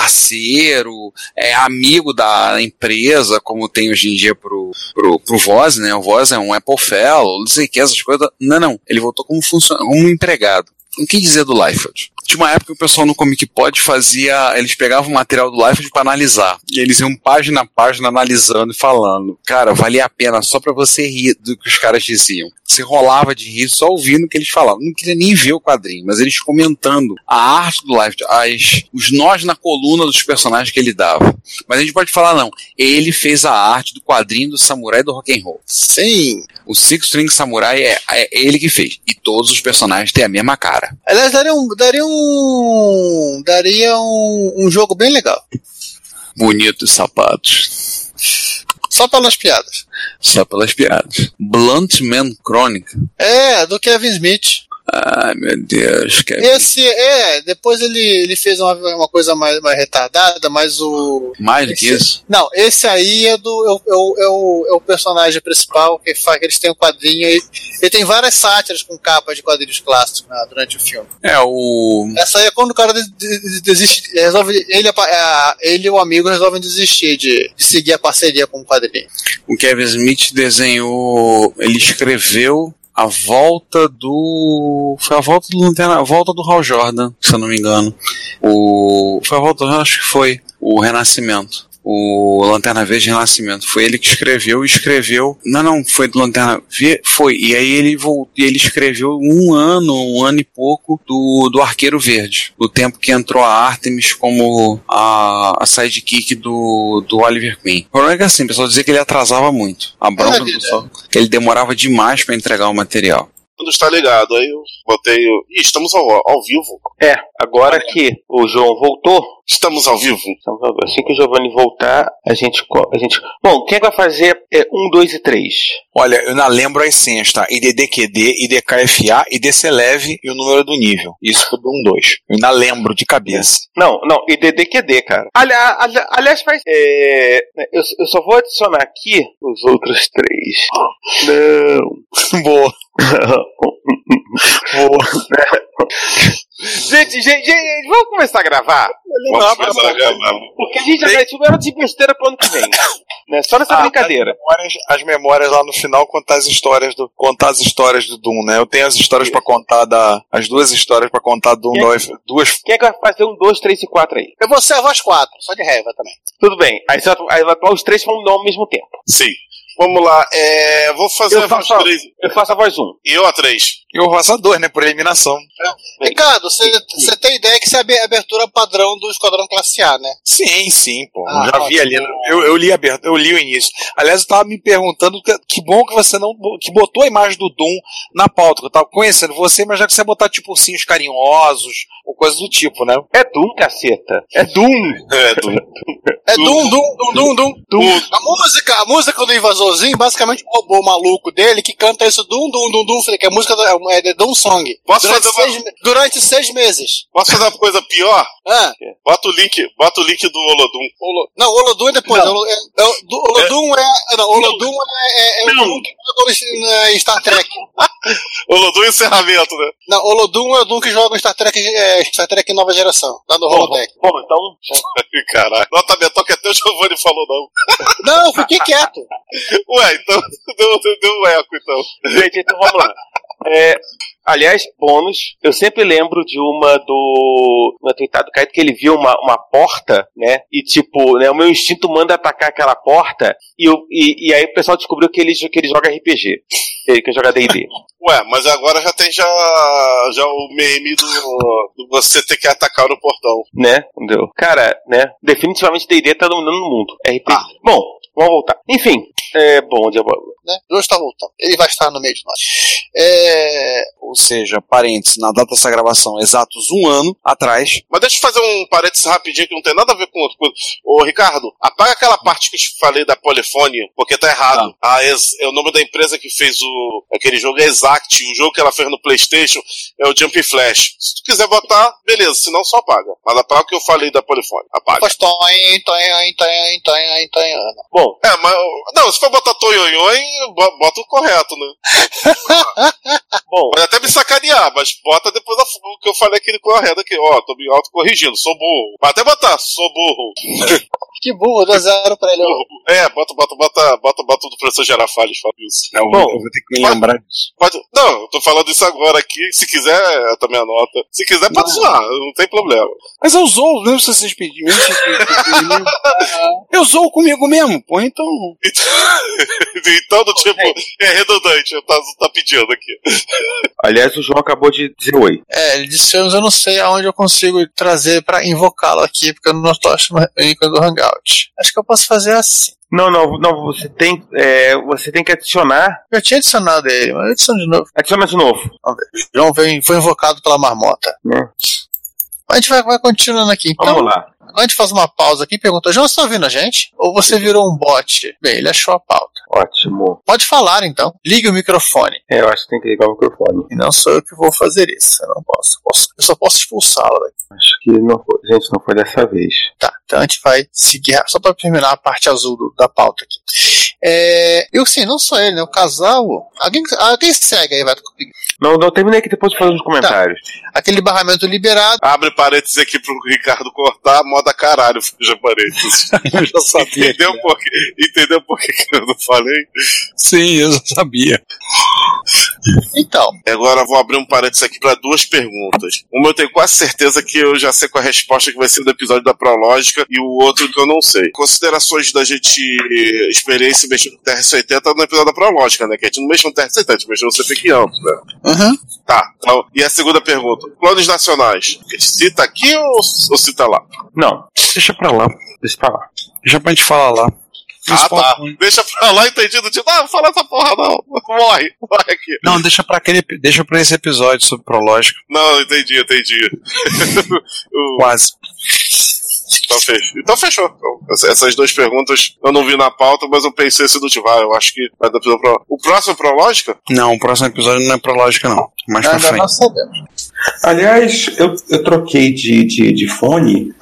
Speaker 2: parceiro, é, amigo da empresa, como tem hoje em dia pro, pro, pro Voz, né? O Voz é um Apple Fellow, não sei o que, essas coisas. Não, não. Ele voltou como funcionário, como empregado. O que dizer do Liefeld? Tinha uma época que o pessoal no Comic Pod fazia. Eles pegavam o material do Liefeld pra analisar. E eles iam página a página analisando e falando. Cara, valia a pena só pra você rir do que os caras diziam. Você rolava de rir só ouvindo o que eles falavam. Não queria nem ver o quadrinho, mas eles comentando a arte do Liefeld, as, os nós na coluna dos personagens que ele dava. Mas a gente pode falar, não. Ele fez a arte do quadrinho do samurai do rock'n'roll.
Speaker 6: Sim.
Speaker 2: O Six String Samurai é, é ele que fez. E todos os personagens têm a mesma cara.
Speaker 6: Aliás, daria um. Daria um. Daria um, um jogo bem legal.
Speaker 2: Bonitos sapatos.
Speaker 6: Só pelas piadas.
Speaker 2: Só pelas piadas. Blunt Man Chronic.
Speaker 6: É, do Kevin Smith.
Speaker 2: Ai, meu Deus, Kevin.
Speaker 6: Esse, é, depois ele, ele fez uma, uma coisa mais, mais retardada, mas o.
Speaker 2: Mais do que
Speaker 6: esse-
Speaker 2: isso.
Speaker 6: Não, esse aí é do. É, o- é, o- é o, é o personagem principal que faz que eles têm um quadrinho aí. Ele tem várias sátiras com capa de quadrinhos clássicos né, durante o filme.
Speaker 2: É, o.
Speaker 6: Essa aí é quando o cara des- des- desiste, resolve, ele, e a pa- a- ele e o amigo resolvem desistir de, de seguir a parceria com o quadrinho.
Speaker 2: O Kevin Smith desenhou. Ele escreveu a volta do. Foi a volta do Lanterna. A volta do Hal Jordan, se eu não me engano. O. Foi a volta do Hal, acho que foi. O Renascimento. O Lanterna Verde Renascimento. Foi ele que escreveu e escreveu. Não, não, foi do Lanterna Verde. Foi. E aí ele voltou. Ele escreveu um ano, um ano e pouco do, do Arqueiro Verde. Do tempo que entrou a Artemis como a, a sidekick do, do Oliver Queen. O problema é que assim, o pessoal dizia que ele atrasava muito. A bronca do pessoal. Que ele demorava demais pra entregar o material.
Speaker 7: Não está ligado. Aí eu botei. o- Ih, estamos ao, ao vivo.
Speaker 5: É, agora que o João voltou.
Speaker 7: Estamos ao vivo.
Speaker 5: Assim que o Giovanni voltar, a gente. co- A gente... Bom, quem é que vai fazer é, um, dois e três?
Speaker 9: Olha, eu não lembro as senhas, tá? IDDQD, IDKFA, IDCLEV e o número do nível. Isso tudo um dois. Eu ainda lembro de cabeça.
Speaker 5: Não, não, e DDQD, cara. Ali- ali- aliás, faz. é, eu, eu só vou adicionar aqui os outros três.
Speaker 2: [GASPS]
Speaker 5: Não.
Speaker 9: Boa.
Speaker 5: Boa. gente, gente, gente, vamos começar a gravar?
Speaker 7: Vamos começar a gravar.
Speaker 5: Porque a gente tipo, é já garantiu era de besteira um pro ano que vem. né? Só nessa
Speaker 9: Ah,
Speaker 5: brincadeira.
Speaker 9: As memórias, as memórias lá no final contar as histórias do contar as histórias do Doom, né? Eu tenho as histórias pra contar da as duas histórias pra contar do Doom, da UF, duas
Speaker 5: Quem é que vai fazer um, dois, três e quatro aí?
Speaker 6: Eu vou ser a voz 4, só de raiva também.
Speaker 5: Tudo bem. Aí, você vai- aí vai atuar os três falando não ao mesmo tempo.
Speaker 7: Sim. Vamos lá. É, vou fazer
Speaker 5: Eu
Speaker 7: a voz
Speaker 5: faço a-
Speaker 7: 3.
Speaker 5: Eu faço a voz 1.
Speaker 7: E eu a 3.
Speaker 9: Eu faço a 2, né? Por eliminação.
Speaker 6: Ricardo, você tem ideia que isso é a abertura padrão do Esquadrão Classe A, né?
Speaker 9: Sim, sim, pô.
Speaker 6: Ah,
Speaker 9: eu já vi ali.
Speaker 7: né?
Speaker 9: Eu, eu li aberto, eu li o início. Aliás, eu tava me perguntando que, que bom que você não bo- que botou a imagem do Doom na pauta. que Eu tava conhecendo você, mas já que você ia botar tipo ursinhos carinhosos ou coisa do tipo, né?
Speaker 5: É Doom, caceta. É Doom.
Speaker 7: É Doom.
Speaker 6: É
Speaker 7: Um
Speaker 6: Dum, Dum, Dum, Dum, Dum. A música, a música do Invasorzinho basicamente roubou o maluco dele que canta isso Dum, Dum, Dum, Dum, que é a música do, é de Dum Song.
Speaker 7: Posso
Speaker 6: durante,
Speaker 7: fazer uma-
Speaker 6: seis, me- durante seis meses.
Speaker 7: Posso fazer uma coisa pior?
Speaker 6: Ah,
Speaker 7: Bota o link, bota o link do Olodum.
Speaker 6: Olo- não, Olodum é depois. Olo- é- é o- do- Olodum é. é não, Olodum é, é, é o Doom que joga em Star Trek.
Speaker 7: Olodum e encerramento, né?
Speaker 6: Não, Olodum é o Doom que joga em Star Trek, é, Star Trek Nova Geração, lá no Holodeck.
Speaker 5: Bom, então.
Speaker 7: Caralho. Nota mental que até o Giovanni falou, não.
Speaker 6: Não, eu fiquei quieto.
Speaker 7: Ué, então [LAUGHS] deu, deu, deu um eco, então.
Speaker 5: Gente, então vamos lá. É, aliás, bônus, eu sempre lembro de uma do. Uma tweetada do Caio que ele viu uma, uma porta, né? E tipo, né, o meu instinto manda atacar aquela porta. E, eu, e, e aí o pessoal descobriu que ele, jo- que ele joga RPG. Ele que joga [LAUGHS] DD.
Speaker 7: Ué, mas agora já tem já, já o meme do, do você ter que atacar o portão.
Speaker 5: né? Entendeu? Cara, né? Definitivamente DD tá dominando o mundo. RPG. Bom, vamos voltar. Enfim, é bom dia. boa-
Speaker 6: né? Deus está voltando. Ele vai estar no meio de nós. É,
Speaker 9: Ou seja, parênteses, na data dessa gravação, exatos um ano atrás.
Speaker 7: Mas deixa eu fazer um parênteses rapidinho que não tem nada a ver com outra coisa. Ô, Ricardo, apaga aquela parte que eu te falei da polifone, porque tá errado. A Ex- é o nome da empresa que fez o, aquele jogo é Exact. O jogo que ela fez no PlayStation é o Jump Flash. Se tu quiser botar, beleza. Se não, só apaga. Mas apaga o que eu falei da polifone. Apaga.
Speaker 6: Pois toin, toin, toin, toin, toin, Ana.
Speaker 5: Bom,
Speaker 7: É, mas. Não, se for botar Toyonhoi, bo- bota o correto, né?
Speaker 5: Bom.
Speaker 7: Pode até me sacanear, mas bota depois a- o que eu falei aquele correto aqui. Ó, tô me autocorrigindo, sou burro. Pode até botar, sou burro.
Speaker 6: Que burro, dá zero pra ele. ó.
Speaker 7: é, bota, bota, bota, bota, bota do professor Gerafales, fala isso.
Speaker 5: É,
Speaker 9: Eu,
Speaker 7: Bom,
Speaker 9: eu vou ter que me lembrar disso.
Speaker 7: pode, não, eu tô falando isso agora aqui. Se quiser, eu também anota. Se quiser, pode zoar, não tem [LAUGHS] problema.
Speaker 2: Mas eu zoo, mesmo se vocês pedirem. mesmo se vocês pedirem. eu zoo comigo mesmo, pô, então.
Speaker 7: então, do tipo, é redundante, tá, tá pedindo aqui.
Speaker 5: Aliás, o João acabou de dizer oi.
Speaker 6: É, ele disse filmes, eu não sei aonde eu consigo trazer pra invocá-lo aqui, porque eu não tô achando o ícone do Hangout. Acho que eu posso fazer assim.
Speaker 5: Não, não, não, você tem, é, você tem que adicionar.
Speaker 6: Eu tinha adicionado ele, mas eu adiciono de novo.
Speaker 10: É
Speaker 5: Adiciona
Speaker 10: um
Speaker 5: de novo.
Speaker 6: Vamos ver. João veio, foi invocado pela marmota.
Speaker 5: Né?
Speaker 6: Mas a gente vai, vai continuando aqui. Então,
Speaker 5: Vamos lá.
Speaker 6: antes faz uma pausa aqui e pergunta: João, você tá ouvindo a gente? Ou você virou um bot? Bem, ele achou a pauta.
Speaker 10: Ótimo.
Speaker 6: Pode falar então. Ligue o microfone.
Speaker 10: É, eu acho que tem que ligar o microfone.
Speaker 6: E não sou eu que vou fazer isso. Eu não posso. posso- eu só posso expulsá-lo daqui.
Speaker 10: Acho que não foi. Gente, não foi dessa vez.
Speaker 6: Tá, então a gente vai seguir. Só para terminar a parte azul do- da pauta aqui. É, eu sei, não só ele, né? O casal. Alguém, alguém segue aí, vai comigo.
Speaker 10: Não, não, terminei que depois eu faço os comentários.
Speaker 6: Aquele barramento liberado.
Speaker 7: Abre parênteses aqui pro Ricardo cortar, moda caralho, [LAUGHS] fuja parênteses. [LAUGHS] eu já sabia. Entendeu por quê? Entendeu por quê que eu não falei?
Speaker 2: Sim, eu já sabia.
Speaker 6: Então.
Speaker 7: Agora eu vou abrir um parênteses aqui para duas perguntas. Uma eu tenho quase certeza que eu já sei qual é a resposta que vai ser do episódio da Prológica e o outro que eu não sei. Considerações da gente experiência mexendo com TR-80 no episódio da Prológica, né? Que a gente não mexeu no TR-80, a gente mexeu no CP500, né?
Speaker 6: Uhum.
Speaker 7: Tá, então, e a segunda pergunta. Planos nacionais. A gente cita aqui ou, ou cita lá?
Speaker 10: Não,
Speaker 2: deixa pra lá.
Speaker 10: Deixa pra lá.
Speaker 2: Deixa pra gente falar lá.
Speaker 7: Ah, tá. Deixa pra lá, entendido. Tipo, ah, não fala essa porra não. Morre, morre aqui.
Speaker 2: Não, deixa pra, aquele, deixa pra esse episódio sobre prológico.
Speaker 7: Não, entendi, entendi. [LAUGHS] O-
Speaker 2: Quase.
Speaker 7: Então, fech- então fechou. Então, ess- essas duas perguntas eu não vi na pauta, mas eu pensei se não tiver. Eu acho que vai dar pra- pra- O próximo Prológica?
Speaker 2: Não, o próximo episódio não é prológico, não. Mais pra frente.
Speaker 6: sabemos.
Speaker 12: Aliás, eu, eu troquei de, de, de fone,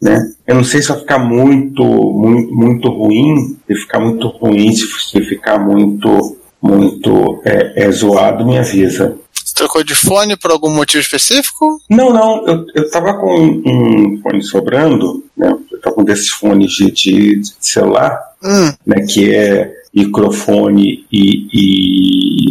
Speaker 12: né? Eu não sei se vai ficar muito, muito, muito ruim, se ficar muito ruim, se, se ficar muito, muito é, é, zoado, me avisa.
Speaker 6: Você trocou de fone por algum motivo específico?
Speaker 12: Não, não, eu, eu tava com um, um fone sobrando, né? Eu tava com desses fones de, de, de celular,
Speaker 6: Hum.
Speaker 12: né? Que é microfone e,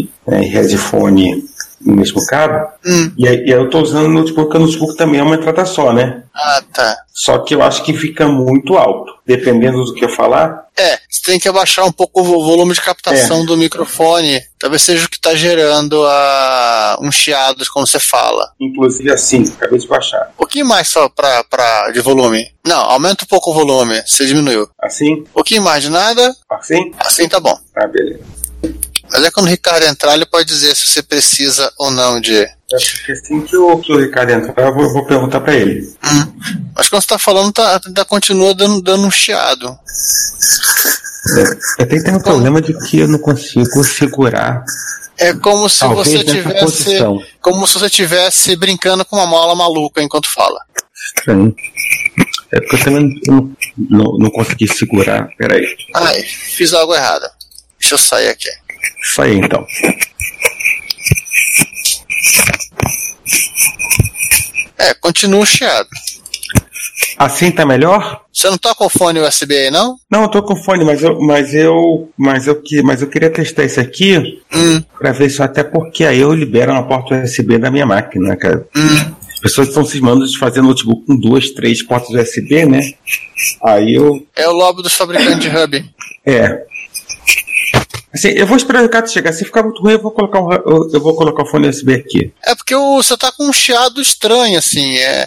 Speaker 12: e né, e headphone no mesmo cabo.
Speaker 6: Hum.
Speaker 12: E, aí, e aí eu tô usando o notebook, porque o notebook também é uma entrada só, né?
Speaker 6: Ah, tá.
Speaker 12: Só que eu acho que fica muito alto. Dependendo do que eu falar,
Speaker 6: É, você tem que abaixar um pouco o vo- volume de
Speaker 12: É.
Speaker 6: captação do microfone. Talvez seja o que está gerando a... um chiado quando você fala.
Speaker 12: inclusive assim, acabei de baixar.
Speaker 6: Um pouquinho mais só pra, pra, de volume. Não, aumenta um pouco o volume. Você diminuiu.
Speaker 12: Assim?
Speaker 6: Um pouquinho mais de nada.
Speaker 12: Assim?
Speaker 6: Assim tá bom.
Speaker 12: Ah, beleza.
Speaker 6: Mas é quando o Ricardo entrar, ele pode dizer se você precisa ou não de.
Speaker 12: É porque assim que o, que o Ricardo entrar, eu vou, eu vou perguntar pra ele.
Speaker 6: Mas quando você tá falando, tá, ainda continua dando, dando um chiado.
Speaker 12: Eu tenho que ter um problema de que eu não consigo segurar.
Speaker 6: É como se
Speaker 12: Talvez
Speaker 6: você
Speaker 12: nessa
Speaker 6: tivesse.
Speaker 12: posição.
Speaker 6: Como se você tivesse brincando com uma mola maluca enquanto fala.
Speaker 12: Estranho. É porque eu também não, não, não consegui segurar. Peraí.
Speaker 6: Ai, fiz algo errado. Deixa eu sair aqui.
Speaker 12: Isso aí então.
Speaker 6: É, continua o chiado.
Speaker 12: Assim tá melhor?
Speaker 6: Você não tá com o fone USB aí, não?
Speaker 12: Não, eu tô com fone, mas eu, mas eu, mas eu, que- mas eu queria testar isso aqui
Speaker 6: Hum,
Speaker 12: pra ver se até porque aí eu libero uma porta USB da minha máquina, né, cara. As pessoas estão cismando de fazer notebook com duas, três portas USB, né? Aí eu,
Speaker 6: É o lobby dos fabricantes de hub.
Speaker 12: é. Assim, eu vou esperar o Ricardo chegar. Se ficar muito ruim, eu vou colocar um, ra- eu, eu vou colocar o fone USB aqui.
Speaker 6: É porque o- você tá com um chiado estranho, assim. É,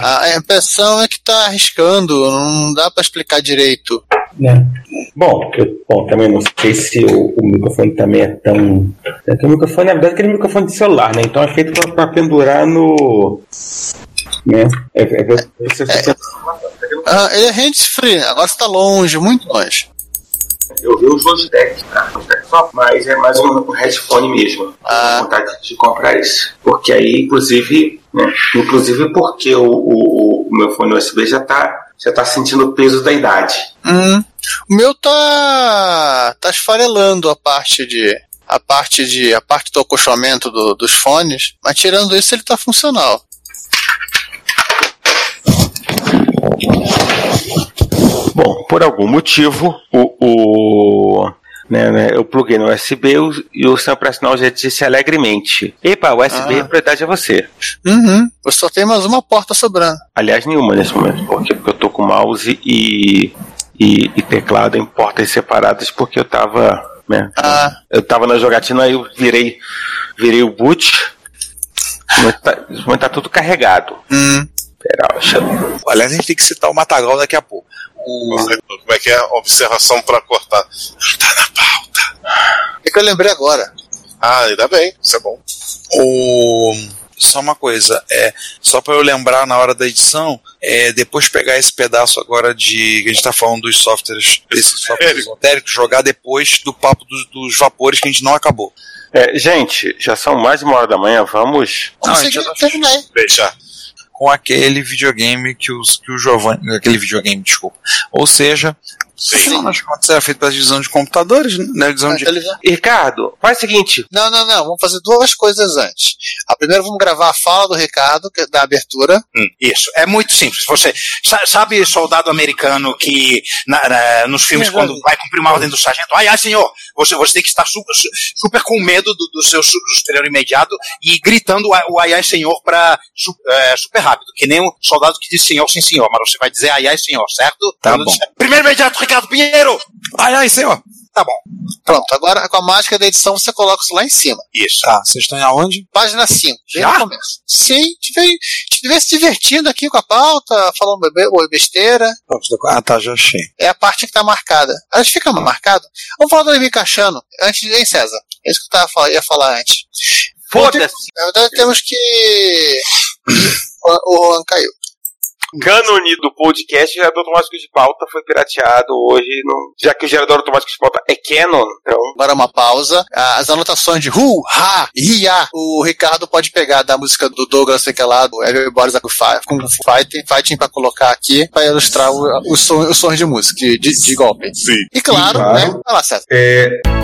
Speaker 6: a, a impressão é que tá arriscando, não dá pra explicar direito.
Speaker 12: Bom, porque eu bom, também não sei se o, o microfone também é tão. É que o microfone, na verdade, é aquele microfone de celular, né? Então é feito pra, pra pendurar no. Né? É, é, é- você- você-
Speaker 6: Ah, ele é hands-free, agora você tá longe, muito longe.
Speaker 12: Eu vi os Logitech, tá? Só, mas é mais um headphone mesmo. Ah. vontade de comprar esse. Porque aí, inclusive, né? Inclusive porque o, o, o meu fone USB já tá, já tá sentindo o peso da idade.
Speaker 6: Hum. O meu tá. tá esfarelando a parte de. a parte de. a parte do acolchamento do- dos fones, mas tirando isso ele tá funcional.
Speaker 12: Bom, por algum motivo, o. o né, né, eu pluguei no USB o- e o seu operacional já disse alegremente: Epa, USB, a prioridade é você.
Speaker 6: Uhum. Você só tem mais uma porta sobrando.
Speaker 12: Aliás, nenhuma nesse momento, porque, porque eu tô com mouse e, e, e teclado em portas separadas, porque eu tava. Né,
Speaker 6: Ah,
Speaker 12: Eu tava na jogatina, aí eu virei, virei o boot. Mas tá, mas tá tudo carregado.
Speaker 6: Hum.
Speaker 12: Pera, deixa eu-
Speaker 2: Aliás, a gente tem que citar o Matagal daqui a pouco.
Speaker 7: Como é que é? Observação pra cortar.
Speaker 6: É que eu lembrei agora.
Speaker 7: Ah, ainda bem, isso é bom.
Speaker 2: O...
Speaker 4: só uma coisa, é, só para eu lembrar na hora da edição, é, depois pegar esse pedaço agora de que a gente está falando dos softwares, desses softwares esotéricos, jogar depois do papo dos, dos vapores que a gente não acabou.
Speaker 5: É, gente, já são mais de uma hora da manhã, vamos.
Speaker 4: Não, a gente já tá fechar com aquele videogame que, os, que o Giovanni. Aquele videogame, desculpa. Ou seja, Sim. Nas contas era feito pela divisão de computadores, né? Divisão
Speaker 6: Ah,
Speaker 4: de...
Speaker 6: televisão.
Speaker 5: Ricardo, faz o seguinte.
Speaker 6: Não, não, não. Vamos fazer duas coisas antes. A primeira, vamos gravar a fala do Ricardo, que é da abertura.
Speaker 7: Isso, é muito simples. Você sa- sabe soldado americano que na- na- nos filmes, quando vai cumprir uma ordem do sargento, ai, ai, senhor, você, você tem que estar super, su- super com medo do, do seu su- superior imediato e gritando a- o ai, ai, senhor para super rápido, que nem um soldado que diz senhor, sim, senhor, mas você vai dizer ai, ai, senhor, certo?
Speaker 4: Tá
Speaker 7: Quando
Speaker 4: bom.
Speaker 7: disser, Primeiro imediato, Ricardo Pinheiro!
Speaker 12: Ah,
Speaker 4: Ai, ai, senhor!
Speaker 7: Tá bom.
Speaker 6: Pronto, agora com a mágica da edição você coloca isso lá em cima.
Speaker 7: Isso.
Speaker 4: Tá, vocês estão em aonde?
Speaker 6: Página 5.
Speaker 4: Já?
Speaker 6: Começa. Sim, estiver estiver se divertindo aqui com a pauta, falando be- be- besteira.
Speaker 4: Ah, tá, já achei.
Speaker 6: É a parte que tá marcada. A gente fica marcado. Vamos falar do Ademir Cachano antes de hein, César. É isso que eu tava, fal- ia falar antes.
Speaker 5: Foda-se!
Speaker 6: Na verdade, temos que. o o Juan caiu.
Speaker 5: Cânone do podcast, gerador automático de pauta foi pirateado hoje. não- Já que o gerador automático de pauta é Canon, então.
Speaker 6: Agora uma pausa. Ah, As anotações de Hu, Ha, Ria. O Ricardo pode pegar da música do Douglas, sei que é lá, do Everybody's a Kung Fi- Kung Fu Fighting, Fighting pra colocar aqui, pra ilustrar o- o som- os sons de música, de, de- de golpe.
Speaker 12: Sim.
Speaker 6: E claro, né? Vai lá, César.
Speaker 13: É,